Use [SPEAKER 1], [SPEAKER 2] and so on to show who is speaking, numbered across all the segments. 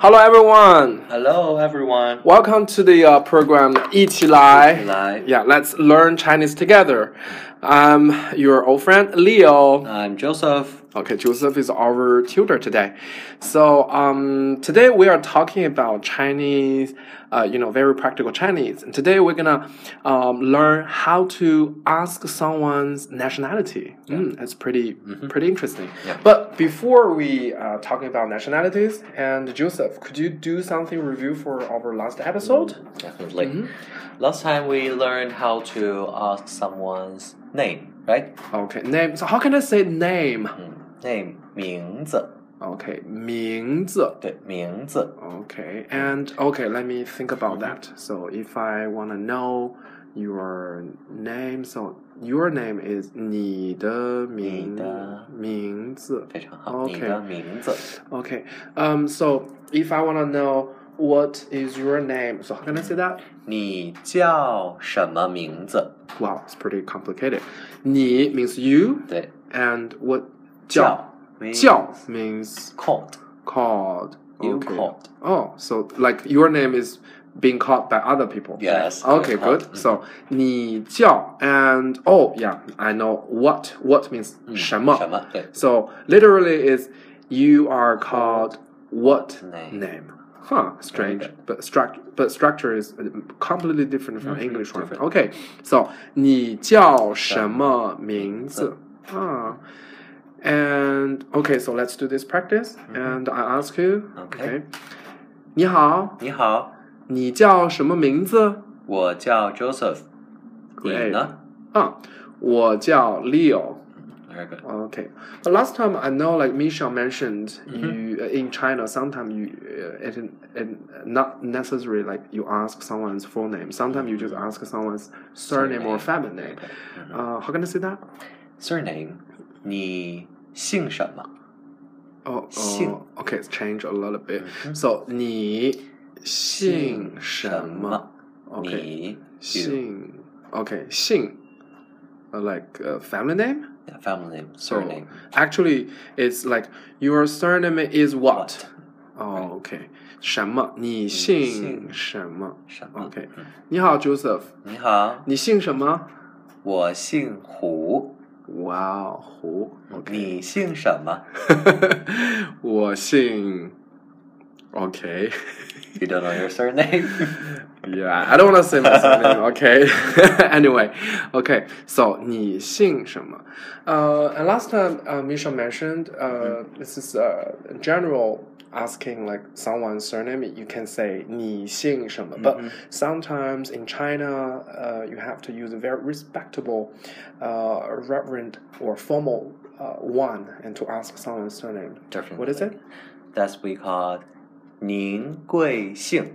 [SPEAKER 1] Hello everyone,
[SPEAKER 2] Hello, everyone.
[SPEAKER 1] welcome to the uh, program. 一起来
[SPEAKER 2] 来
[SPEAKER 1] Yeah, let's learn Chinese together. I'm your old friend Leo.
[SPEAKER 2] I'm Joseph.
[SPEAKER 1] Okay, Joseph is our tutor today. So um, today we are talking about Chinese, uh, you know, very practical Chinese. And today we're gonna um, learn how to ask someone's nationality. Mm, that's pretty pretty interesting.
[SPEAKER 2] Yeah.
[SPEAKER 1] But before we uh, talking about nationalities and Joseph, could you do something review for our last episode?
[SPEAKER 2] Mm-hmm. Definitely. Mm-hmm. Last time we learned how to ask someone's name, right?
[SPEAKER 1] Okay, name. So how can I say name?
[SPEAKER 2] Name 名字
[SPEAKER 1] Okay, 名字.
[SPEAKER 2] 对名字
[SPEAKER 1] Okay, and okay, let me think about
[SPEAKER 2] Mm-hmm.
[SPEAKER 1] that. So if I want to know your name, so your name is
[SPEAKER 2] 你的。
[SPEAKER 1] 你的名名字.
[SPEAKER 2] 非常好
[SPEAKER 1] OK
[SPEAKER 2] 你的名字
[SPEAKER 1] Okay, um, so if I want to know what is your name, so how can I say that?
[SPEAKER 2] 你叫什么名字？
[SPEAKER 1] Wow, it's pretty complicated. 你 means you,
[SPEAKER 2] 对，
[SPEAKER 1] and what
[SPEAKER 2] 叫
[SPEAKER 1] 叫 means
[SPEAKER 2] called
[SPEAKER 1] called.
[SPEAKER 2] you
[SPEAKER 1] Okay.
[SPEAKER 2] called
[SPEAKER 1] Oh, so like your name is being called by other people.
[SPEAKER 2] yes Mm-hmm.
[SPEAKER 1] Okay,
[SPEAKER 2] you called.
[SPEAKER 1] good. So 你叫 and oh yeah, I know what what means 什么.
[SPEAKER 2] Mm. 什么对
[SPEAKER 1] So literally is you are called what
[SPEAKER 2] Name.
[SPEAKER 1] name? Huh, strange.
[SPEAKER 2] Okay.
[SPEAKER 1] But structure but structure is um, completely different from
[SPEAKER 2] Mhm,
[SPEAKER 1] English one.
[SPEAKER 2] different.
[SPEAKER 1] Okay. So 你叫什么名字? Ah. And okay, so let's do this practice
[SPEAKER 2] Mm-hmm.
[SPEAKER 1] and I ask you.
[SPEAKER 2] Okay.
[SPEAKER 1] 你好,
[SPEAKER 2] 你好，
[SPEAKER 1] 你叫什么名字?
[SPEAKER 2] 我叫 Joseph，你
[SPEAKER 1] Great.
[SPEAKER 2] 呢
[SPEAKER 1] 啊，我叫 Leo。
[SPEAKER 2] ？Very good.
[SPEAKER 1] Okay, but last time I know like Michelle mentioned you uh, in China sometimes you uh, it, it not necessary like you ask someone's full name. Sometimes you just ask someone's surname or
[SPEAKER 2] Surname.
[SPEAKER 1] family name.
[SPEAKER 2] Mm-hmm.
[SPEAKER 1] Uh, how can I say that?
[SPEAKER 2] Surname，你姓什么？
[SPEAKER 1] Oh,
[SPEAKER 2] Xing.
[SPEAKER 1] oh okay, it's changed a little bit.
[SPEAKER 2] Mhm.
[SPEAKER 1] So 你姓什么
[SPEAKER 2] 么？
[SPEAKER 1] ？Okay,
[SPEAKER 2] 你 you
[SPEAKER 1] 姓 okay 姓 uh, like uh, family name.
[SPEAKER 2] yeah, family name
[SPEAKER 1] So
[SPEAKER 2] surname
[SPEAKER 1] actually, it's like your surname is what?
[SPEAKER 2] What?
[SPEAKER 1] Oh, okay. 什么？你姓什么？
[SPEAKER 2] 什么
[SPEAKER 1] OK
[SPEAKER 2] 嗯
[SPEAKER 1] 你好 Joseph，
[SPEAKER 2] 你好，
[SPEAKER 1] 你姓什么？
[SPEAKER 2] 我姓胡，
[SPEAKER 1] 哇，胡
[SPEAKER 2] 你姓什么
[SPEAKER 1] 我姓 OK
[SPEAKER 2] ？You don't know your surname？
[SPEAKER 1] Yeah, I don't want to say my surname. Okay. anyway, okay. So 你姓什么? Uh, and last time uh, Misha mentioned uh, this is uh, general asking like someone's surname. You can say 你姓什么? But sometimes in China, uh, you have to use a very respectable, uh, reverent or formal uh, one, and to ask someone's surname. What is it?
[SPEAKER 2] That's we called 您贵姓。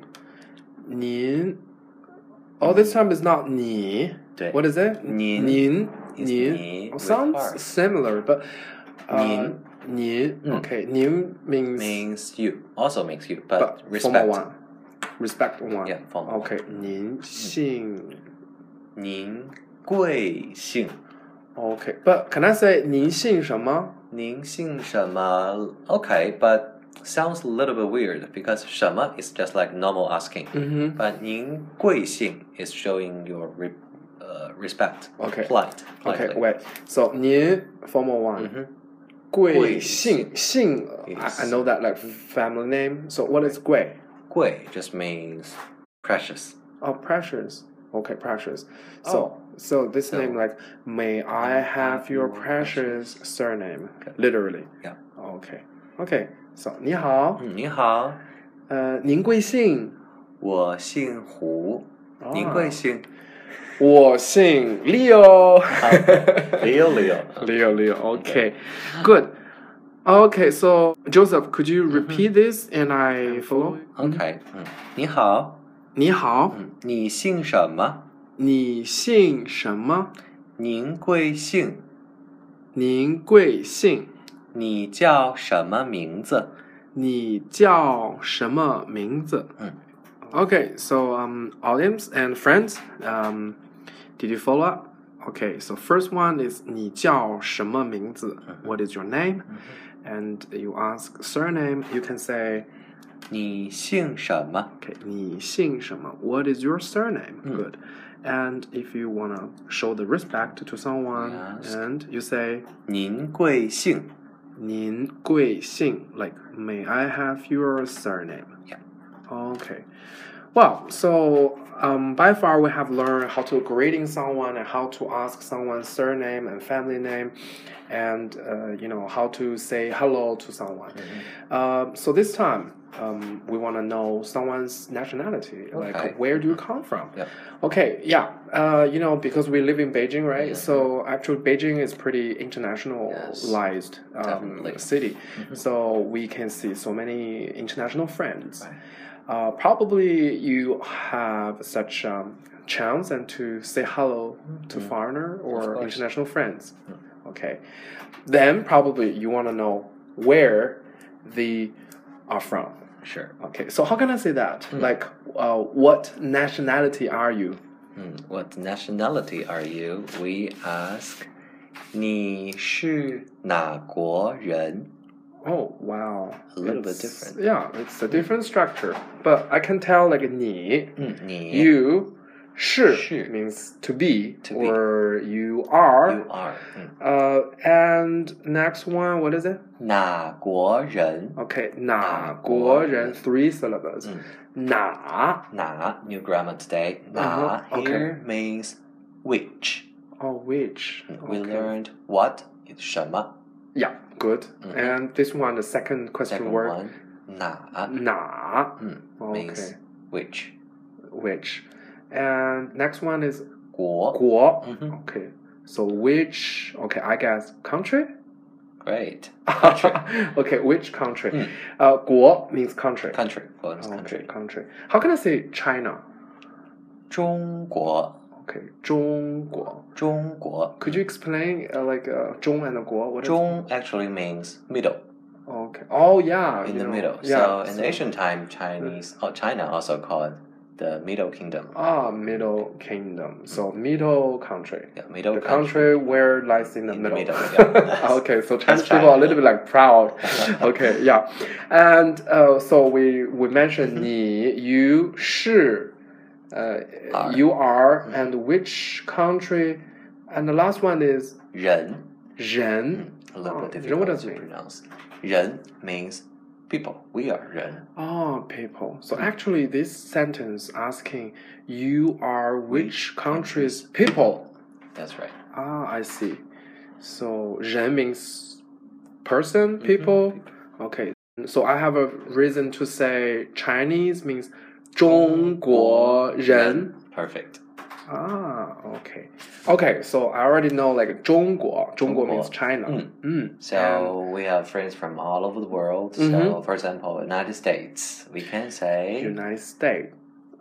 [SPEAKER 1] 您 All Oh, this time is not 你。
[SPEAKER 2] 对
[SPEAKER 1] What is it?
[SPEAKER 2] 您
[SPEAKER 1] Nin.
[SPEAKER 2] is
[SPEAKER 1] Nin.
[SPEAKER 2] 您
[SPEAKER 1] Oh,
[SPEAKER 2] with
[SPEAKER 1] Sounds
[SPEAKER 2] heart.
[SPEAKER 1] similar, but. Uh,
[SPEAKER 2] 您
[SPEAKER 1] Nin.
[SPEAKER 2] Mm.
[SPEAKER 1] Okay. Nin means.
[SPEAKER 2] means you also means you
[SPEAKER 1] but
[SPEAKER 2] but
[SPEAKER 1] formal
[SPEAKER 2] respect
[SPEAKER 1] one. Oh. Respect one.
[SPEAKER 2] yeah Hmm. formal
[SPEAKER 1] Okay. 您姓.
[SPEAKER 2] 您贵姓
[SPEAKER 1] Okay. But can I say 您姓什么?
[SPEAKER 2] 您姓什么 okay but sounds a little bit weird because 什么 is just like normal asking
[SPEAKER 1] Mm-hmm.
[SPEAKER 2] but 您贵姓 is showing your re, uh, respect
[SPEAKER 1] Okay.
[SPEAKER 2] polite
[SPEAKER 1] Okay.
[SPEAKER 2] politely.
[SPEAKER 1] Wait. So 您 formal one.
[SPEAKER 2] 嗯哼
[SPEAKER 1] 贵姓姓
[SPEAKER 2] Mm-hmm. Yes.
[SPEAKER 1] I, I know that like family name. So what is 贵?
[SPEAKER 2] 贵 just means precious
[SPEAKER 1] Oh, precious. Okay, precious. So, Oh. so this
[SPEAKER 2] So-
[SPEAKER 1] name like, may I have your precious surname? Literally.
[SPEAKER 2] Yeah.
[SPEAKER 1] Okay. Okay. So, 你好，
[SPEAKER 2] 嗯你好
[SPEAKER 1] 呃，您贵姓？
[SPEAKER 2] 我姓胡您
[SPEAKER 1] 啊
[SPEAKER 2] 贵姓
[SPEAKER 1] 我姓 Leo。
[SPEAKER 2] Leo Leo
[SPEAKER 1] Leo, Leo. Okay. Good. Okay. So, Joseph, could you repeat this and I follow?
[SPEAKER 2] OK 嗯你好
[SPEAKER 1] 你好，
[SPEAKER 2] 嗯你姓什么
[SPEAKER 1] 你姓什么？
[SPEAKER 2] 您贵姓
[SPEAKER 1] 您贵姓？
[SPEAKER 2] 你叫什么名字？
[SPEAKER 1] 你叫什么名字？
[SPEAKER 2] 嗯
[SPEAKER 1] Okay, so um, audience and friends, um, did you follow up? Okay, so first one is 你叫什么名字? What is your name? And you ask surname. You can say
[SPEAKER 2] 你姓什么
[SPEAKER 1] Okay, 你姓什么? What is your surname? Good. And if you wanna show the respect to someone,
[SPEAKER 2] Yes.
[SPEAKER 1] and you say
[SPEAKER 2] 您贵姓
[SPEAKER 1] 您贵姓, like may I have your surname?
[SPEAKER 2] Yeah.
[SPEAKER 1] Okay. Well, so um, by far we have learned how to greeting someone and how to ask someone's surname and family name, and uh, you know how to say hello to someone.
[SPEAKER 2] Mm-hmm.
[SPEAKER 1] Uh, so this time um, we want to know someone's nationality,
[SPEAKER 2] Okay.
[SPEAKER 1] like where do you come from?
[SPEAKER 2] Yep.
[SPEAKER 1] Okay, yeah, uh, you know because we live in Beijing, right?
[SPEAKER 2] Mhm.
[SPEAKER 1] So actually Beijing is pretty internationalized
[SPEAKER 2] definitely. Mm-hmm.
[SPEAKER 1] um, city, so we can see so many international friends. Uh, probably you have such um, chance and to say hello to foreigner
[SPEAKER 2] Mm-hmm. Of
[SPEAKER 1] or
[SPEAKER 2] course. Mm.
[SPEAKER 1] international friends. Okay, then probably you want to know where they are from.
[SPEAKER 2] Sure.
[SPEAKER 1] Okay, so how can I say that?
[SPEAKER 2] Mm.
[SPEAKER 1] Like, uh, what nationality are you?
[SPEAKER 2] Hmm, What nationality are you? We ask. 你是哪国人
[SPEAKER 1] Oh wow,
[SPEAKER 2] A little bit
[SPEAKER 1] It's-
[SPEAKER 2] different.
[SPEAKER 1] Yeah, it's a different structure, but I can tell like 你
[SPEAKER 2] 嗯，你
[SPEAKER 1] you 是
[SPEAKER 2] 是
[SPEAKER 1] means to be
[SPEAKER 2] To be.
[SPEAKER 1] or you are
[SPEAKER 2] you are Hmm. 嗯
[SPEAKER 1] uh and next one what is it
[SPEAKER 2] 哪国人？
[SPEAKER 1] okay 哪国人 three syllables
[SPEAKER 2] 嗯，
[SPEAKER 1] 哪
[SPEAKER 2] 哪 new grammar today 哪
[SPEAKER 1] Uh-huh, okay.
[SPEAKER 2] here means which.
[SPEAKER 1] or oh, which
[SPEAKER 2] Mm, We
[SPEAKER 1] Okay.
[SPEAKER 2] learned what is 什么
[SPEAKER 1] yeah good
[SPEAKER 2] Mhm.
[SPEAKER 1] and this one the second question
[SPEAKER 2] second
[SPEAKER 1] word
[SPEAKER 2] one 哪
[SPEAKER 1] 哪
[SPEAKER 2] 嗯 means
[SPEAKER 1] okay
[SPEAKER 2] which
[SPEAKER 1] which and next one is
[SPEAKER 2] 国
[SPEAKER 1] 国
[SPEAKER 2] 嗯哼
[SPEAKER 1] okay so which okay I guess country
[SPEAKER 2] great
[SPEAKER 1] okay which country
[SPEAKER 2] 嗯
[SPEAKER 1] uh 国 means country
[SPEAKER 2] country 国 means
[SPEAKER 1] country
[SPEAKER 2] country
[SPEAKER 1] country. How can I say China?
[SPEAKER 2] 中国
[SPEAKER 1] Okay, 中国.
[SPEAKER 2] 中国
[SPEAKER 1] Could you explain uh, like uh, 中 and 国? What is-
[SPEAKER 2] 中 actually means middle
[SPEAKER 1] Okay. Oh yeah.
[SPEAKER 2] in
[SPEAKER 1] you
[SPEAKER 2] the
[SPEAKER 1] know,
[SPEAKER 2] middle so
[SPEAKER 1] Yeah.
[SPEAKER 2] in ancient time Chinese or China also called the Middle Kingdom
[SPEAKER 1] ah Middle Kingdom. So Middle Country.
[SPEAKER 2] yeah Middle
[SPEAKER 1] The country where lies in the
[SPEAKER 2] In the
[SPEAKER 1] middle.
[SPEAKER 2] middle, yeah.
[SPEAKER 1] okay, so Chinese
[SPEAKER 2] China.
[SPEAKER 1] people are a little bit like proud. okay, yeah, and uh, so we we mentioned 你 you 是 uh,
[SPEAKER 2] Mm-hmm. Are. Mm-hmm.
[SPEAKER 1] you are and which country, and the last one is
[SPEAKER 2] 人
[SPEAKER 1] 人
[SPEAKER 2] mm, a little
[SPEAKER 1] Oh,
[SPEAKER 2] bit
[SPEAKER 1] then what
[SPEAKER 2] difficult
[SPEAKER 1] does it
[SPEAKER 2] to
[SPEAKER 1] mean?
[SPEAKER 2] pronounce 人 means people we are 人
[SPEAKER 1] Oh, people. So actually, this sentence asking you are which country's people.
[SPEAKER 2] that's right
[SPEAKER 1] Ah, I see. So 人 means person, Mm-hmm, people. Okay. So I have a reason to say Chinese means 中国人.
[SPEAKER 2] perfect
[SPEAKER 1] Ah, okay. Okay, so I already know like 中国.中国 means
[SPEAKER 2] 中国。
[SPEAKER 1] China.
[SPEAKER 2] 嗯。
[SPEAKER 1] Mm.
[SPEAKER 2] So we have friends from all over the world. So
[SPEAKER 1] Mhm.
[SPEAKER 2] for example, United States, we can
[SPEAKER 1] And
[SPEAKER 2] say
[SPEAKER 1] United States.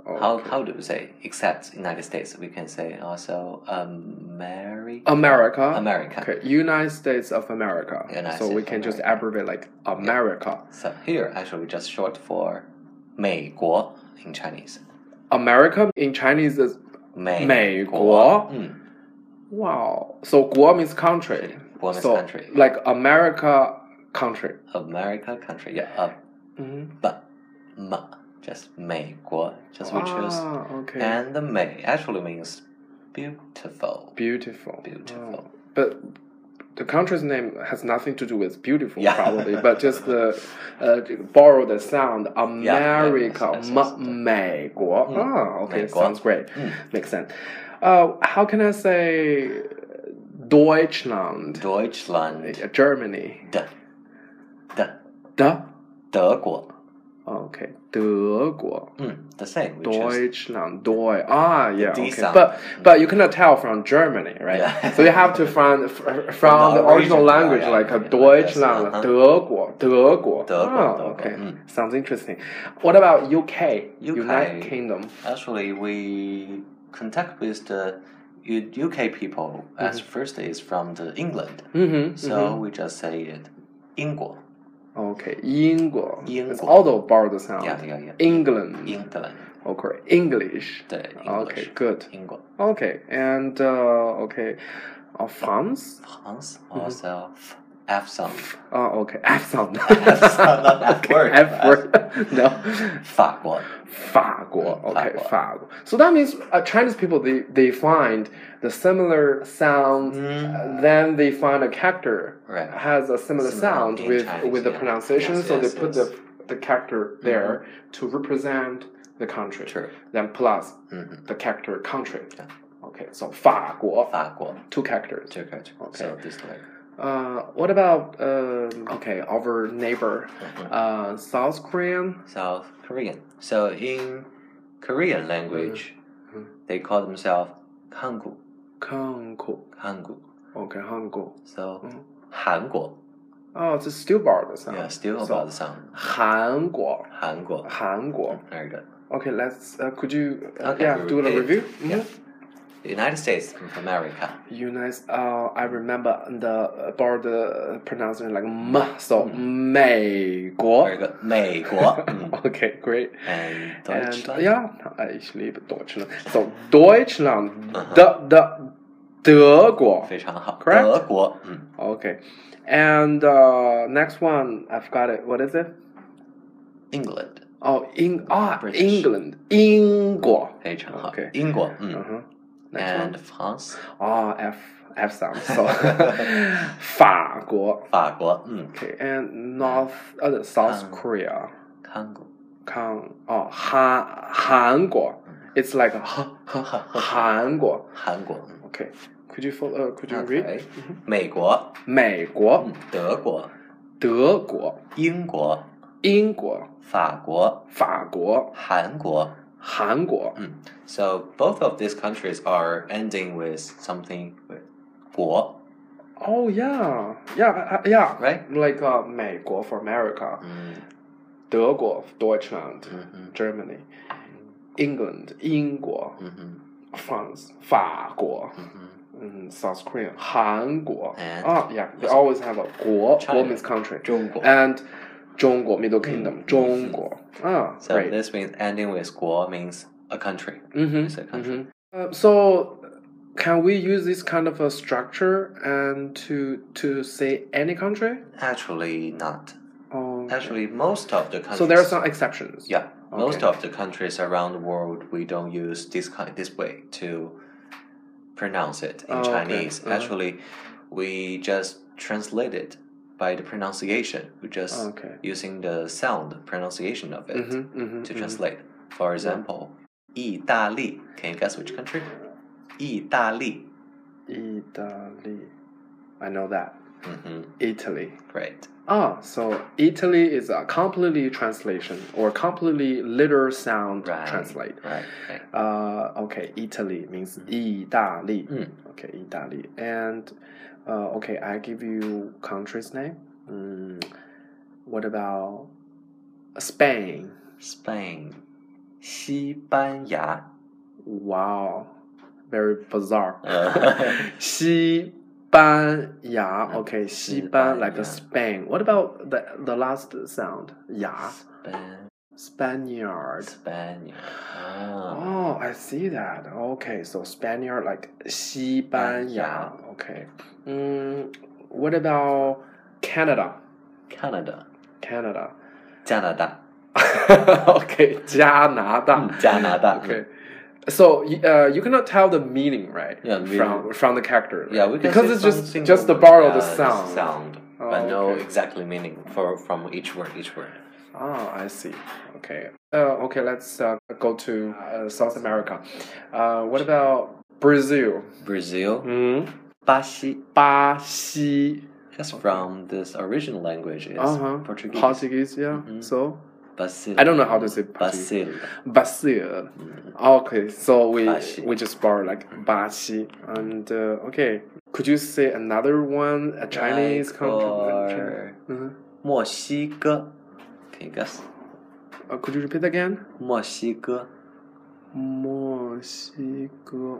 [SPEAKER 2] how
[SPEAKER 1] Okay.
[SPEAKER 2] how do we say except United States? We can say also America.
[SPEAKER 1] America.
[SPEAKER 2] America.
[SPEAKER 1] Okay, United States of America.
[SPEAKER 2] United
[SPEAKER 1] so we
[SPEAKER 2] States of
[SPEAKER 1] can just
[SPEAKER 2] America.
[SPEAKER 1] abbreviate like America.
[SPEAKER 2] So here actually we just short for 美国 in Chinese.
[SPEAKER 1] America in Chinese is
[SPEAKER 2] 美
[SPEAKER 1] 美国。
[SPEAKER 2] 嗯，
[SPEAKER 1] wow. So Guam means country.
[SPEAKER 2] Guam is
[SPEAKER 1] so
[SPEAKER 2] country.
[SPEAKER 1] like America country.
[SPEAKER 2] America country. Yeah, uh,
[SPEAKER 1] Mhm.
[SPEAKER 2] but ma just 美国 just we choose
[SPEAKER 1] Ah, okay.
[SPEAKER 2] and the 美 actually means beautiful.
[SPEAKER 1] beautiful.
[SPEAKER 2] Beautiful.
[SPEAKER 1] Oh. But the country's name has nothing to do with beautiful,
[SPEAKER 2] Yeah.
[SPEAKER 1] probably, but just the uh, borrow the sound
[SPEAKER 2] yeah, yes,
[SPEAKER 1] America,
[SPEAKER 2] yes,
[SPEAKER 1] ma-
[SPEAKER 2] yes, yes.
[SPEAKER 1] 美国. Ah, okay,
[SPEAKER 2] 美国.
[SPEAKER 1] sounds great.
[SPEAKER 2] Mm.
[SPEAKER 1] Makes sense. Uh, how can I say Deutschland?
[SPEAKER 2] Deutschland.
[SPEAKER 1] Germany.
[SPEAKER 2] 的的
[SPEAKER 1] Da?
[SPEAKER 2] 德国，
[SPEAKER 1] Okay. 德国.
[SPEAKER 2] 嗯，the same. which is-
[SPEAKER 1] Deutschland, Deu. Ah, yeah,
[SPEAKER 2] D
[SPEAKER 1] okay.
[SPEAKER 2] sound.
[SPEAKER 1] But but you cannot tell from Germany, right?
[SPEAKER 2] Yeah.
[SPEAKER 1] So you have to find f- from,
[SPEAKER 2] From
[SPEAKER 1] the
[SPEAKER 2] the
[SPEAKER 1] original
[SPEAKER 2] origin.
[SPEAKER 1] language,
[SPEAKER 2] Yeah,
[SPEAKER 1] like
[SPEAKER 2] yeah,
[SPEAKER 1] a
[SPEAKER 2] yeah,
[SPEAKER 1] Deutschland,
[SPEAKER 2] yes, uh-huh.
[SPEAKER 1] 德国,德国.
[SPEAKER 2] 德国，
[SPEAKER 1] Ah,
[SPEAKER 2] 德国，
[SPEAKER 1] okay.
[SPEAKER 2] mm.
[SPEAKER 1] Sounds interesting. What about UK?
[SPEAKER 2] UK.
[SPEAKER 1] United Kingdom.
[SPEAKER 2] Actually, we contact with the U- UK people as first is from the England,
[SPEAKER 1] Mm-hmm.
[SPEAKER 2] so we just say it. 英国
[SPEAKER 1] Okay. 英国. It's
[SPEAKER 2] 英国.
[SPEAKER 1] also borrow the sound.
[SPEAKER 2] Yeah, yeah, yeah.
[SPEAKER 1] England.
[SPEAKER 2] 英格兰，
[SPEAKER 1] okay. English.
[SPEAKER 2] 对
[SPEAKER 1] Okay.
[SPEAKER 2] ，English，
[SPEAKER 1] Good.
[SPEAKER 2] 英国
[SPEAKER 1] Okay. And uh, okay. Uh, France.
[SPEAKER 2] France also F sound.
[SPEAKER 1] Oh, okay. F sound.
[SPEAKER 2] F sound, not F
[SPEAKER 1] Okay,
[SPEAKER 2] word.
[SPEAKER 1] F word. No.
[SPEAKER 2] 法国。
[SPEAKER 1] 法国.
[SPEAKER 2] Mm,
[SPEAKER 1] Okay,
[SPEAKER 2] 法国.
[SPEAKER 1] 法国. So that means uh, Chinese people they they find the similar sound.
[SPEAKER 2] Mm.
[SPEAKER 1] uh, Then they find a character
[SPEAKER 2] Right.
[SPEAKER 1] has a similar,
[SPEAKER 2] Similar
[SPEAKER 1] sound
[SPEAKER 2] in
[SPEAKER 1] with
[SPEAKER 2] Chinese,
[SPEAKER 1] with the
[SPEAKER 2] yeah.
[SPEAKER 1] pronunciation,
[SPEAKER 2] Yes,
[SPEAKER 1] so
[SPEAKER 2] yes,
[SPEAKER 1] they put
[SPEAKER 2] yes. Mm-hmm.
[SPEAKER 1] the the character there to represent the country.
[SPEAKER 2] True.
[SPEAKER 1] Then plus
[SPEAKER 2] 嗯，
[SPEAKER 1] the character country.
[SPEAKER 2] Yeah.
[SPEAKER 1] Okay, so 法国,
[SPEAKER 2] 法国。
[SPEAKER 1] two characters.
[SPEAKER 2] 这个这个
[SPEAKER 1] Okay.
[SPEAKER 2] So this like.
[SPEAKER 1] Uh, what about um okay our neighbor, uh, South Korean?
[SPEAKER 2] South Korean. So in Korean language,
[SPEAKER 1] Mhm.
[SPEAKER 2] they call themselves Hangul.
[SPEAKER 1] Hangu.
[SPEAKER 2] Hangul.
[SPEAKER 1] Okay, Hangu.
[SPEAKER 2] So
[SPEAKER 1] Mhm.
[SPEAKER 2] 韩国
[SPEAKER 1] Oh, it's still bar the sound.
[SPEAKER 2] Yeah, still
[SPEAKER 1] So-
[SPEAKER 2] about the sound.
[SPEAKER 1] 韩国.
[SPEAKER 2] 韩国
[SPEAKER 1] 韩国.
[SPEAKER 2] Very good.
[SPEAKER 1] Okay, let's. Uh, could you uh,
[SPEAKER 2] Okay,
[SPEAKER 1] yeah
[SPEAKER 2] we
[SPEAKER 1] do a
[SPEAKER 2] repeat.
[SPEAKER 1] review?
[SPEAKER 2] Yeah.
[SPEAKER 1] Mhm.
[SPEAKER 2] United States of America.
[SPEAKER 1] Unites. Uh, I remember the uh, bar the pronunciation like m. So
[SPEAKER 2] Mm.
[SPEAKER 1] 美国.
[SPEAKER 2] Very good. 美国。Mm. 嗯
[SPEAKER 1] Okay, great.
[SPEAKER 2] And
[SPEAKER 1] And uh,
[SPEAKER 2] Deutschland.
[SPEAKER 1] yeah, I live Deutschland. So Deutschland,
[SPEAKER 2] Uh-huh.
[SPEAKER 1] the the 德国.
[SPEAKER 2] 非常好。
[SPEAKER 1] Correct
[SPEAKER 2] 德国。嗯
[SPEAKER 1] Okay, and uh, next one I forgot it. What is it?
[SPEAKER 2] ，England.
[SPEAKER 1] Oh, in ah
[SPEAKER 2] British.
[SPEAKER 1] England, 英国.
[SPEAKER 2] 非常好
[SPEAKER 1] Okay.。
[SPEAKER 2] 英国。嗯
[SPEAKER 1] Uh-huh. Next
[SPEAKER 2] Mm. ，and France.
[SPEAKER 1] one. Ah, F F sound. So 法国.
[SPEAKER 2] 法国。 嗯
[SPEAKER 1] Okay, and North uh, South
[SPEAKER 2] Um,
[SPEAKER 1] Korea.
[SPEAKER 2] 韩国。
[SPEAKER 1] Kang oh Han 韩国.
[SPEAKER 2] Mm-hmm.
[SPEAKER 1] It's like ha ha 韩国.
[SPEAKER 2] 韩国。嗯
[SPEAKER 1] Okay. Could you follow? Uh, could you Mm-hmm. read?
[SPEAKER 2] OK，美国。嗯
[SPEAKER 1] 美国,，
[SPEAKER 2] 德国。
[SPEAKER 1] 德国,
[SPEAKER 2] 英国、
[SPEAKER 1] 英国,
[SPEAKER 2] 法国、
[SPEAKER 1] 法国,
[SPEAKER 2] 韩国。
[SPEAKER 1] 韩国.
[SPEAKER 2] So both of these countries are ending with something with 国
[SPEAKER 1] Oh yeah, yeah, uh, yeah.
[SPEAKER 2] Right? Mm-hmm.
[SPEAKER 1] Like uh, 美国 for America,
[SPEAKER 2] 嗯
[SPEAKER 1] 德国 Deutschland,
[SPEAKER 2] 嗯哼
[SPEAKER 1] Germany, England 英国
[SPEAKER 2] 嗯哼
[SPEAKER 1] France 法国
[SPEAKER 2] 嗯哼
[SPEAKER 1] 嗯 South Korea 韩国
[SPEAKER 2] And-
[SPEAKER 1] ah yeah they always have a 国
[SPEAKER 2] China.
[SPEAKER 1] 国 means country
[SPEAKER 2] 中国
[SPEAKER 1] and 中国 Middle Kingdom
[SPEAKER 2] 嗯
[SPEAKER 1] 中国 ah
[SPEAKER 2] Mm-hmm。 So
[SPEAKER 1] great
[SPEAKER 2] this means ending with 国 means a country.
[SPEAKER 1] Mhm,
[SPEAKER 2] It's a
[SPEAKER 1] mhm.
[SPEAKER 2] country.
[SPEAKER 1] Uh, so can we use this kind of a structure and to to say any country
[SPEAKER 2] Actually, not.
[SPEAKER 1] or
[SPEAKER 2] Actually, most of the countries.
[SPEAKER 1] so there are some exceptions
[SPEAKER 2] Yeah, most
[SPEAKER 1] Okay.
[SPEAKER 2] of the countries around the world we don't use this kind this way to pronounce it in
[SPEAKER 1] Oh, okay.
[SPEAKER 2] Chinese.
[SPEAKER 1] Uh-huh.
[SPEAKER 2] Actually, we just translate it by the pronunciation. We just
[SPEAKER 1] Oh, Okay.
[SPEAKER 2] using the sound pronunciation of it
[SPEAKER 1] Mhm, mhm,
[SPEAKER 2] to
[SPEAKER 1] mhm.
[SPEAKER 2] translate. For example, 意大利. Can you guess which country? 意大利.
[SPEAKER 1] Italy. I know that.
[SPEAKER 2] Mm-hmm.
[SPEAKER 1] Italy.
[SPEAKER 2] Right.
[SPEAKER 1] Ah, so Italy is a completely translation or completely literal sound
[SPEAKER 2] Right.
[SPEAKER 1] translate.
[SPEAKER 2] Right. Right.
[SPEAKER 1] Uh, okay, Italy means 意大利.
[SPEAKER 2] Mm.
[SPEAKER 1] Okay, Italy. And uh, okay, I give you country's name. Mm, what about Spain?
[SPEAKER 2] Spain. 西班牙.
[SPEAKER 1] Wow, very bizarre.
[SPEAKER 2] Uh,
[SPEAKER 1] 西班牙. Okay,
[SPEAKER 2] 西班
[SPEAKER 1] Xiban
[SPEAKER 2] 牙.
[SPEAKER 1] like a Spain. What about the the last sound? Ya.
[SPEAKER 2] Spain.
[SPEAKER 1] Spaniard.
[SPEAKER 2] Spaniard. Ah.
[SPEAKER 1] Oh, I see that. Okay, so Spaniard like 西班牙. Okay. Mm, what about Canada?
[SPEAKER 2] Canada.
[SPEAKER 1] Canada.
[SPEAKER 2] 加拿大。
[SPEAKER 1] okay, 加拿大.
[SPEAKER 2] Hmm. 加拿大。
[SPEAKER 1] Okay. So y- uh, you cannot tell the meaning, right?
[SPEAKER 2] Yeah, the
[SPEAKER 1] from from the character.
[SPEAKER 2] Yeah, we can
[SPEAKER 1] because
[SPEAKER 2] say
[SPEAKER 1] it's
[SPEAKER 2] something
[SPEAKER 1] just just the
[SPEAKER 2] over-
[SPEAKER 1] borrow
[SPEAKER 2] yeah,
[SPEAKER 1] the
[SPEAKER 2] just
[SPEAKER 1] sound.
[SPEAKER 2] sound,
[SPEAKER 1] Oh,
[SPEAKER 2] but no
[SPEAKER 1] okay.
[SPEAKER 2] exactly meaning for from each word, each word.
[SPEAKER 1] Ah, I see. Okay. Uh, okay, let's uh, go to uh, South America. Uh, what about Brazil?
[SPEAKER 2] Brazil,
[SPEAKER 1] 嗯，
[SPEAKER 2] 巴西.
[SPEAKER 1] 巴西
[SPEAKER 2] That's from this original language is
[SPEAKER 1] Uh huh.
[SPEAKER 2] Portuguese.
[SPEAKER 1] Portuguese, yeah.
[SPEAKER 2] Mhm.
[SPEAKER 1] So
[SPEAKER 2] Basil.
[SPEAKER 1] I don't know how to say Portuguese.
[SPEAKER 2] Basil. Mm.
[SPEAKER 1] Brazil.
[SPEAKER 2] Mm-hmm.
[SPEAKER 1] Ah, Okay, so we
[SPEAKER 2] 巴西.
[SPEAKER 1] we just borrow like 巴西 and uh, okay. Could you say another one? A Chinese
[SPEAKER 2] Like
[SPEAKER 1] country?
[SPEAKER 2] for
[SPEAKER 1] Mhm.
[SPEAKER 2] 墨西哥. Can you guess?
[SPEAKER 1] Uh, could you repeat again?
[SPEAKER 2] 墨西哥.
[SPEAKER 1] 墨西哥.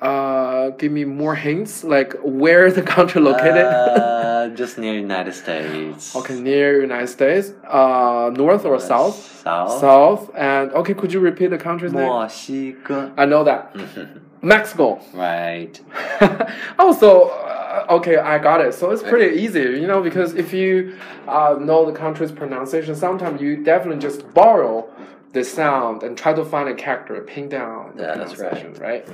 [SPEAKER 1] Uh, give me more hints, like where the country located.
[SPEAKER 2] Uh, just near United States.
[SPEAKER 1] okay, near United States. Uh, north or south?
[SPEAKER 2] South.
[SPEAKER 1] South and okay. Could you repeat the country's name?
[SPEAKER 2] 墨西哥. Mm.
[SPEAKER 1] I know that Mexico.
[SPEAKER 2] Right.
[SPEAKER 1] also, uh, okay, I got it. So it's pretty easy, you know, because if you uh, know the country's pronunciation, sometimes you definitely just borrow the sound and try to find a character, pin down the
[SPEAKER 2] Yeah, that's right. Mm-hmm.
[SPEAKER 1] pronunciation, right?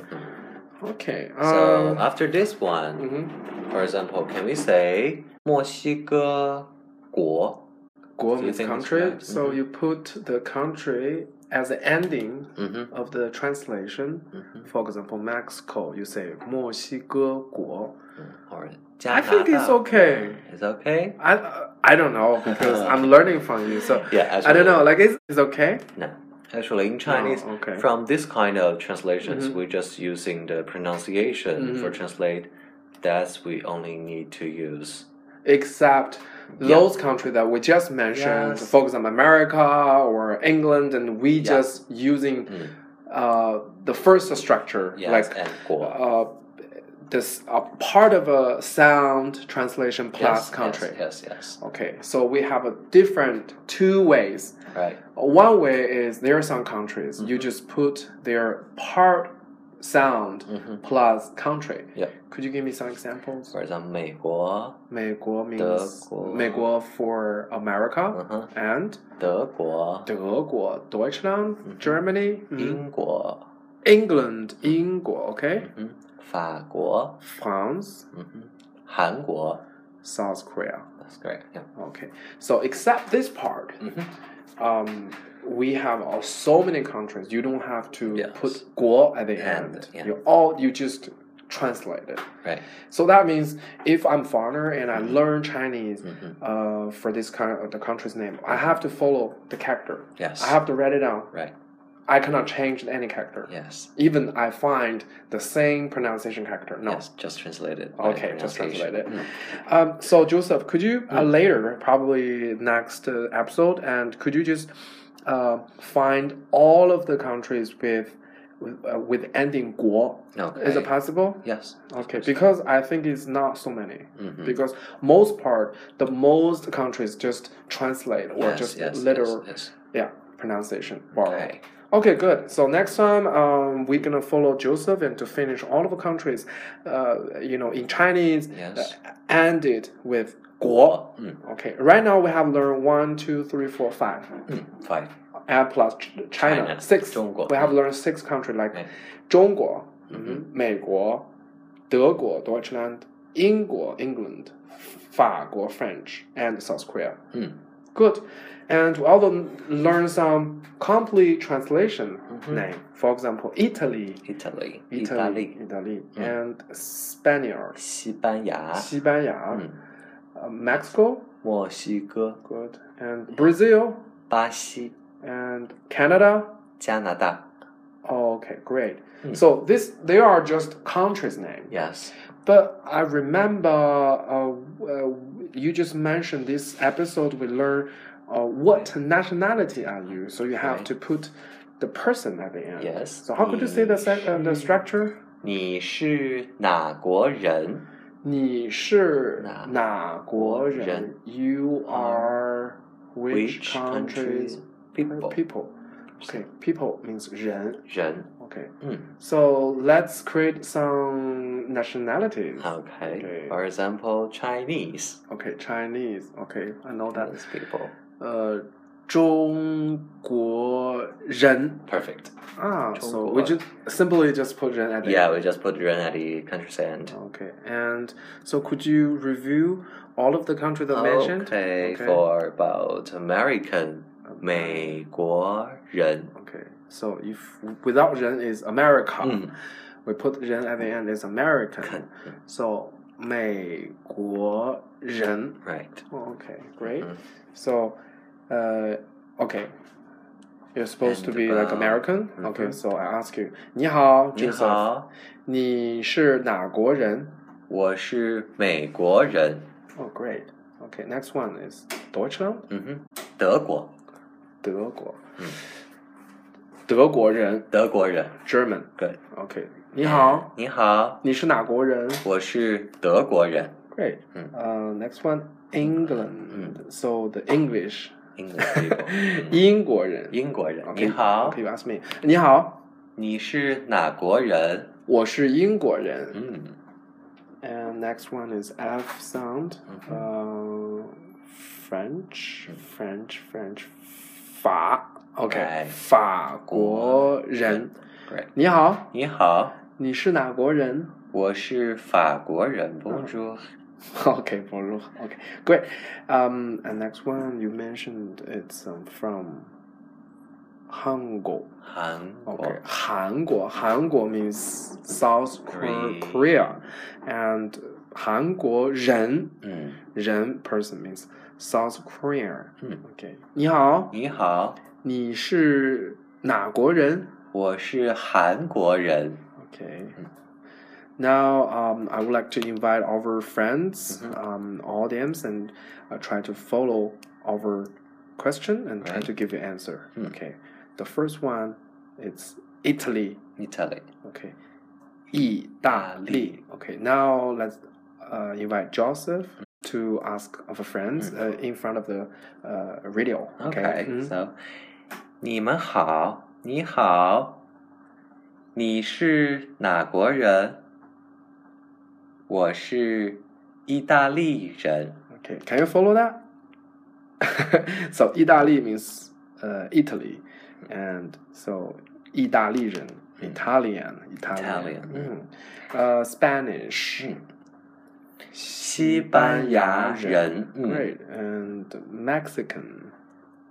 [SPEAKER 1] Okay.
[SPEAKER 2] So uh,
[SPEAKER 1] Um,
[SPEAKER 2] after this one,
[SPEAKER 1] mhm.
[SPEAKER 2] for example, can we say 墨西哥国
[SPEAKER 1] Guo
[SPEAKER 2] Do you
[SPEAKER 1] means
[SPEAKER 2] think it's Mm-hmm.
[SPEAKER 1] country,
[SPEAKER 2] right?
[SPEAKER 1] so you put the country as the ending
[SPEAKER 2] Mhm.
[SPEAKER 1] of the translation.
[SPEAKER 2] Mm-hmm.
[SPEAKER 1] For example, Mexico, you say 墨西哥国.
[SPEAKER 2] or 加
[SPEAKER 1] I
[SPEAKER 2] 拿
[SPEAKER 1] think it's
[SPEAKER 2] 大
[SPEAKER 1] okay.
[SPEAKER 2] It's okay.
[SPEAKER 1] I I don't know because I'm learning from you, so I
[SPEAKER 2] Yeah, actually-
[SPEAKER 1] don't know. Like it's, it's okay.
[SPEAKER 2] No. Actually, in Chinese,
[SPEAKER 1] okay.
[SPEAKER 2] from this kind of translations,
[SPEAKER 1] Mhm.
[SPEAKER 2] we're just using the pronunciation
[SPEAKER 1] Mhm.
[SPEAKER 2] for translate. That's we only need to use.
[SPEAKER 1] Except
[SPEAKER 2] Yeah.
[SPEAKER 1] those countries that we just mentioned,
[SPEAKER 2] Yes.
[SPEAKER 1] for example, America or England, and we
[SPEAKER 2] Yeah.
[SPEAKER 1] just using
[SPEAKER 2] Mm.
[SPEAKER 1] uh, the first structure,
[SPEAKER 2] Yes,
[SPEAKER 1] like
[SPEAKER 2] and 国.
[SPEAKER 1] uh, this a part of a sound translation plus
[SPEAKER 2] yes,
[SPEAKER 1] country.
[SPEAKER 2] Yes, yes,
[SPEAKER 1] Okay, so we have a different two ways.
[SPEAKER 2] yes. Right.
[SPEAKER 1] One way is there are some countries you
[SPEAKER 2] Mm-hmm.
[SPEAKER 1] just put their part sound
[SPEAKER 2] Mhm.
[SPEAKER 1] plus country.
[SPEAKER 2] Yeah.
[SPEAKER 1] Could you give me some examples?
[SPEAKER 2] For example, 美国,
[SPEAKER 1] 美国 means
[SPEAKER 2] 德国。
[SPEAKER 1] 美国 for America
[SPEAKER 2] 嗯哼，
[SPEAKER 1] and
[SPEAKER 2] 德国、
[SPEAKER 1] 德国 Deutschland
[SPEAKER 2] 嗯哼。
[SPEAKER 1] Germany 嗯
[SPEAKER 2] 英国，
[SPEAKER 1] England 英国 okay
[SPEAKER 2] 嗯哼，Mm-hmm. 法国，
[SPEAKER 1] France
[SPEAKER 2] 嗯哼，韩国。
[SPEAKER 1] South Korea
[SPEAKER 2] That's great. Yeah.
[SPEAKER 1] okay so except this part
[SPEAKER 2] 嗯哼，
[SPEAKER 1] um, we have all, so many countries. You don't have to
[SPEAKER 2] Yes.
[SPEAKER 1] put 国 at the
[SPEAKER 2] And,
[SPEAKER 1] end.
[SPEAKER 2] yeah.
[SPEAKER 1] You all you just translate it.
[SPEAKER 2] Right.
[SPEAKER 1] So that means if I'm foreigner and
[SPEAKER 2] Mm-hmm.
[SPEAKER 1] I learn Chinese
[SPEAKER 2] Mm -hmm.
[SPEAKER 1] uh, for this kind of the country's name, I have to follow the character.
[SPEAKER 2] Yes.
[SPEAKER 1] I have to write it down.
[SPEAKER 2] Right.
[SPEAKER 1] I cannot change any character.
[SPEAKER 2] Yes.
[SPEAKER 1] Even I find the same pronunciation character. No.
[SPEAKER 2] Yes. Just translate it. by
[SPEAKER 1] Okay, just
[SPEAKER 2] pronunciation.
[SPEAKER 1] translate it.
[SPEAKER 2] Mm.
[SPEAKER 1] Um, so Joseph, could you uh, later, probably next uh, episode, and could you just uh, find all of the countries with with, uh, with ending 国?
[SPEAKER 2] Okay.
[SPEAKER 1] Is it possible?
[SPEAKER 2] Yes.
[SPEAKER 1] Okay, because I think it's not so many.
[SPEAKER 2] Mhm.
[SPEAKER 1] Because most part, the most countries just translate or
[SPEAKER 2] yes,
[SPEAKER 1] just
[SPEAKER 2] yes,
[SPEAKER 1] literal,
[SPEAKER 2] Yes,
[SPEAKER 1] yeah, pronunciation
[SPEAKER 2] yes.
[SPEAKER 1] borrowed.
[SPEAKER 2] Okay.
[SPEAKER 1] Okay, good. So next time, um, we're gonna follow Joseph and to finish all of the countries, uh, you know, in Chinese,
[SPEAKER 2] Yes.
[SPEAKER 1] uh, ended with 国.
[SPEAKER 2] Mm.
[SPEAKER 1] Okay, right now we have learned one, two, three, four, five,
[SPEAKER 2] Mm. Five.
[SPEAKER 1] and plus Ch- China,
[SPEAKER 2] China,
[SPEAKER 1] six.
[SPEAKER 2] 中国.
[SPEAKER 1] We have learned six countries like
[SPEAKER 2] Right.
[SPEAKER 1] 中国,
[SPEAKER 2] Mhm.
[SPEAKER 1] 美国,德国, Deutschland, 英国, England, 法国, French, and South Korea.
[SPEAKER 2] Mm.
[SPEAKER 1] Good. And we also learn some complete translation
[SPEAKER 2] Mhm.
[SPEAKER 1] name. For example, Italy,
[SPEAKER 2] Italy.
[SPEAKER 1] Italy, Italy,
[SPEAKER 2] Mm.
[SPEAKER 1] and Spaniard,
[SPEAKER 2] 西班牙。
[SPEAKER 1] 西班牙,
[SPEAKER 2] 嗯，
[SPEAKER 1] uh, Mexico,
[SPEAKER 2] 墨西哥、
[SPEAKER 1] good, and Brazil,
[SPEAKER 2] 巴西、
[SPEAKER 1] and Canada.
[SPEAKER 2] 加拿大。
[SPEAKER 1] Oh, Okay, great.
[SPEAKER 2] Mm.
[SPEAKER 1] So this they are just countries' name.
[SPEAKER 2] Yes.
[SPEAKER 1] But I remember uh, uh, you just mentioned this episode we learned uh, what nationality are you? So you have
[SPEAKER 2] Right.
[SPEAKER 1] to put the person at the end.
[SPEAKER 2] Yes.
[SPEAKER 1] So how could you say the sec- uh, the
[SPEAKER 2] 你是-
[SPEAKER 1] structure?
[SPEAKER 2] 你是哪国人？
[SPEAKER 1] 你是哪国人? You are which,
[SPEAKER 2] Hmm. Which
[SPEAKER 1] country's
[SPEAKER 2] country's people?
[SPEAKER 1] people? Okay, people means 人.
[SPEAKER 2] 人。
[SPEAKER 1] Okay.
[SPEAKER 2] 嗯
[SPEAKER 1] So let's create some nationalities.
[SPEAKER 2] ，OK。
[SPEAKER 1] Okay.
[SPEAKER 2] For example, Chinese.
[SPEAKER 1] Okay, Chinese. Okay, I know that. Uh,
[SPEAKER 2] Chinese people.
[SPEAKER 1] 呃，中国人
[SPEAKER 2] Perfect.
[SPEAKER 1] ah, so
[SPEAKER 2] 中国
[SPEAKER 1] we just simply just put 人 at the
[SPEAKER 2] Yeah,
[SPEAKER 1] end.
[SPEAKER 2] we just put 人 at the country's end.
[SPEAKER 1] Okay, and so could you review all of the countries that mentioned?
[SPEAKER 2] Okay,
[SPEAKER 1] Okay.
[SPEAKER 2] for about American 美国人。
[SPEAKER 1] Okay, so if without 人 is America,
[SPEAKER 2] 嗯
[SPEAKER 1] we put 人 at the end is American.
[SPEAKER 2] 肯
[SPEAKER 1] So 美国人。
[SPEAKER 2] ，right？
[SPEAKER 1] Okay, great.
[SPEAKER 2] Mhm.
[SPEAKER 1] So, uh, okay. You're supposed to
[SPEAKER 2] And
[SPEAKER 1] be like
[SPEAKER 2] about-
[SPEAKER 1] American.
[SPEAKER 2] Mhm.
[SPEAKER 1] Okay, so I ask you. 你好,
[SPEAKER 2] 你
[SPEAKER 1] Joseph.
[SPEAKER 2] 好，
[SPEAKER 1] 你是哪国人?
[SPEAKER 2] 我是美国人。
[SPEAKER 1] Oh, great. Okay, next one is Deutschland.
[SPEAKER 2] 嗯哼，德国，
[SPEAKER 1] 德国.
[SPEAKER 2] 嗯。
[SPEAKER 1] 德国人,
[SPEAKER 2] 德国人。
[SPEAKER 1] German.
[SPEAKER 2] Good。
[SPEAKER 1] Okay. 你好,
[SPEAKER 2] 你好，
[SPEAKER 1] 你是哪国人?
[SPEAKER 2] 我是德国人。
[SPEAKER 1] Great.
[SPEAKER 2] 嗯。
[SPEAKER 1] Uh, next one, England. So the English.
[SPEAKER 2] English people，嗯 Mm-hmm.
[SPEAKER 1] 英国人.
[SPEAKER 2] 英国人。
[SPEAKER 1] Okay,
[SPEAKER 2] 你好
[SPEAKER 1] okay,，you ask me. 你好,
[SPEAKER 2] 你是哪国人？Mm-hmm.
[SPEAKER 1] 我是英国人。
[SPEAKER 2] 嗯
[SPEAKER 1] And next one is F sound. Uh, French, French, French. 法，OK，
[SPEAKER 2] 哎
[SPEAKER 1] 法国人。
[SPEAKER 2] Great.
[SPEAKER 1] 你 好，
[SPEAKER 2] 你好，
[SPEAKER 1] 你是哪国人
[SPEAKER 2] 我是法国人，Bonjour。
[SPEAKER 1] ？OK, bonjour. OK, great. Um, and next one you mentioned it's um, from 韩国。
[SPEAKER 2] 韩国
[SPEAKER 1] Okay. 韩国,韩国 means South Korea,
[SPEAKER 2] Korea.
[SPEAKER 1] Korea. and 韩国人,
[SPEAKER 2] 嗯，
[SPEAKER 1] 人 person means South Korea.
[SPEAKER 2] 嗯
[SPEAKER 1] Okay. 你好,
[SPEAKER 2] 你好，
[SPEAKER 1] 你是哪国人?
[SPEAKER 2] 我是韩国人。
[SPEAKER 1] Okay.
[SPEAKER 2] 嗯。
[SPEAKER 1] Now, um, I would like to invite our friends,
[SPEAKER 2] Mhm.
[SPEAKER 1] um, audience, and uh, try to follow our question and try
[SPEAKER 2] Right.
[SPEAKER 1] to give you answer.
[SPEAKER 2] Mm.
[SPEAKER 1] Okay. The first one, it's Italy.
[SPEAKER 2] Italy，
[SPEAKER 1] Okay. 意大利. Okay, now let's uh, invite Joseph to ask our friends uh, in front of the uh, radio.
[SPEAKER 2] Hmm. Okay,
[SPEAKER 1] Mm.
[SPEAKER 2] so 你们好，你好，你是哪国人？我是意大利人。
[SPEAKER 1] Okay, can you follow that? so, 意大利 means uh, Italy, and so 意大利人,
[SPEAKER 2] Mm.
[SPEAKER 1] Italian, Italian.
[SPEAKER 2] Italian. Hmm.
[SPEAKER 1] Mm. Uh, Spanish.
[SPEAKER 2] 西班牙人，嗯，
[SPEAKER 1] Great. And Mexican.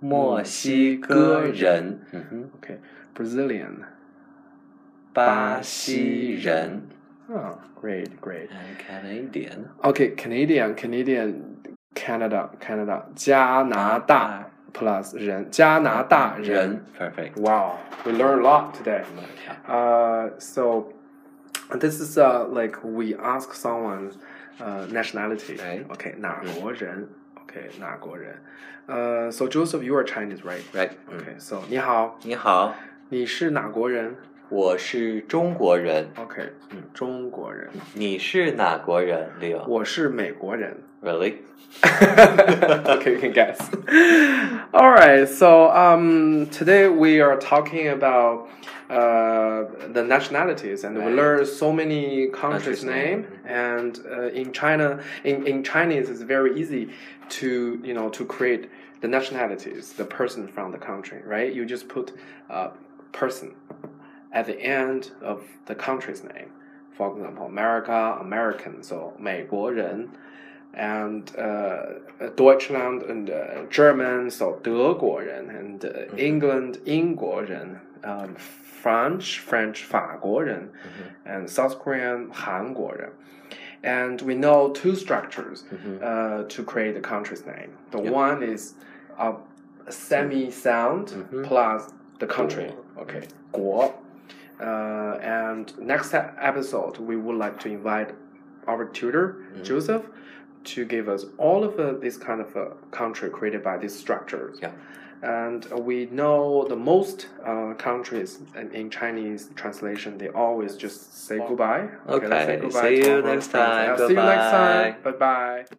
[SPEAKER 2] 墨西哥人，嗯哼，
[SPEAKER 1] Okay. Brazilian.
[SPEAKER 2] 巴西人嗯
[SPEAKER 1] Oh, great, great.
[SPEAKER 2] ，Canadian，
[SPEAKER 1] Okay, Canadian, Canadian, Canada, Canada, 加拿大 plus 人，加拿大人。
[SPEAKER 2] 人，perfect，
[SPEAKER 1] Wow, we learned a lot today.
[SPEAKER 2] 嗯
[SPEAKER 1] Uh, so this is uh like we ask someone, uh nationality.
[SPEAKER 2] Right.
[SPEAKER 1] Okay, 哪国人？Okay, 哪国人？Uh, so Joseph, you are Chinese, right?
[SPEAKER 2] ，right，嗯
[SPEAKER 1] Okay, so 你好，
[SPEAKER 2] 你好，
[SPEAKER 1] 你是哪国人
[SPEAKER 2] 我是中国人，
[SPEAKER 1] ？Okay，
[SPEAKER 2] 嗯
[SPEAKER 1] 中国人，
[SPEAKER 2] 你是哪国人，Leo？
[SPEAKER 1] 我是美国人。
[SPEAKER 2] Really?
[SPEAKER 1] okay, you can guess. All right, so um, today we are talking about uh, the nationalities, and we
[SPEAKER 2] Right.
[SPEAKER 1] learn so many countries'
[SPEAKER 2] Countries' name.
[SPEAKER 1] name. And uh, in China, in, in Chinese, it's very easy to you know to create the nationalities, the person from the country, right? You just put uh, person at the end of the country's name. For example, America, American, so 美国人 and uh, Deutschland and uh, German, so 德国人 and uh,
[SPEAKER 2] Mm-hmm.
[SPEAKER 1] England, 英国人 um, French, French 法国人
[SPEAKER 2] Mm-hmm.
[SPEAKER 1] and South Korean 韩国人 and we know two structures uh, to create the country's name. The
[SPEAKER 2] Mm-hmm. Yeah.
[SPEAKER 1] one is a semi sound
[SPEAKER 2] Mhm.
[SPEAKER 1] plus the country.
[SPEAKER 2] Guo.
[SPEAKER 1] Okay, 国. Uh, and next e- episode, we would like to invite our tutor
[SPEAKER 2] Mm-hmm.
[SPEAKER 1] Joseph to give us all of uh, this kind of uh, country created by these structures.
[SPEAKER 2] Yeah.
[SPEAKER 1] And we know the most uh, countries in, in Chinese translation, they always just say goodbye.
[SPEAKER 2] Oh. Okay,
[SPEAKER 1] let's say
[SPEAKER 2] see
[SPEAKER 1] to
[SPEAKER 2] you
[SPEAKER 1] our
[SPEAKER 2] next
[SPEAKER 1] friends.
[SPEAKER 2] time.
[SPEAKER 1] Yeah, See you next time.
[SPEAKER 2] Goodbye.
[SPEAKER 1] Bye bye.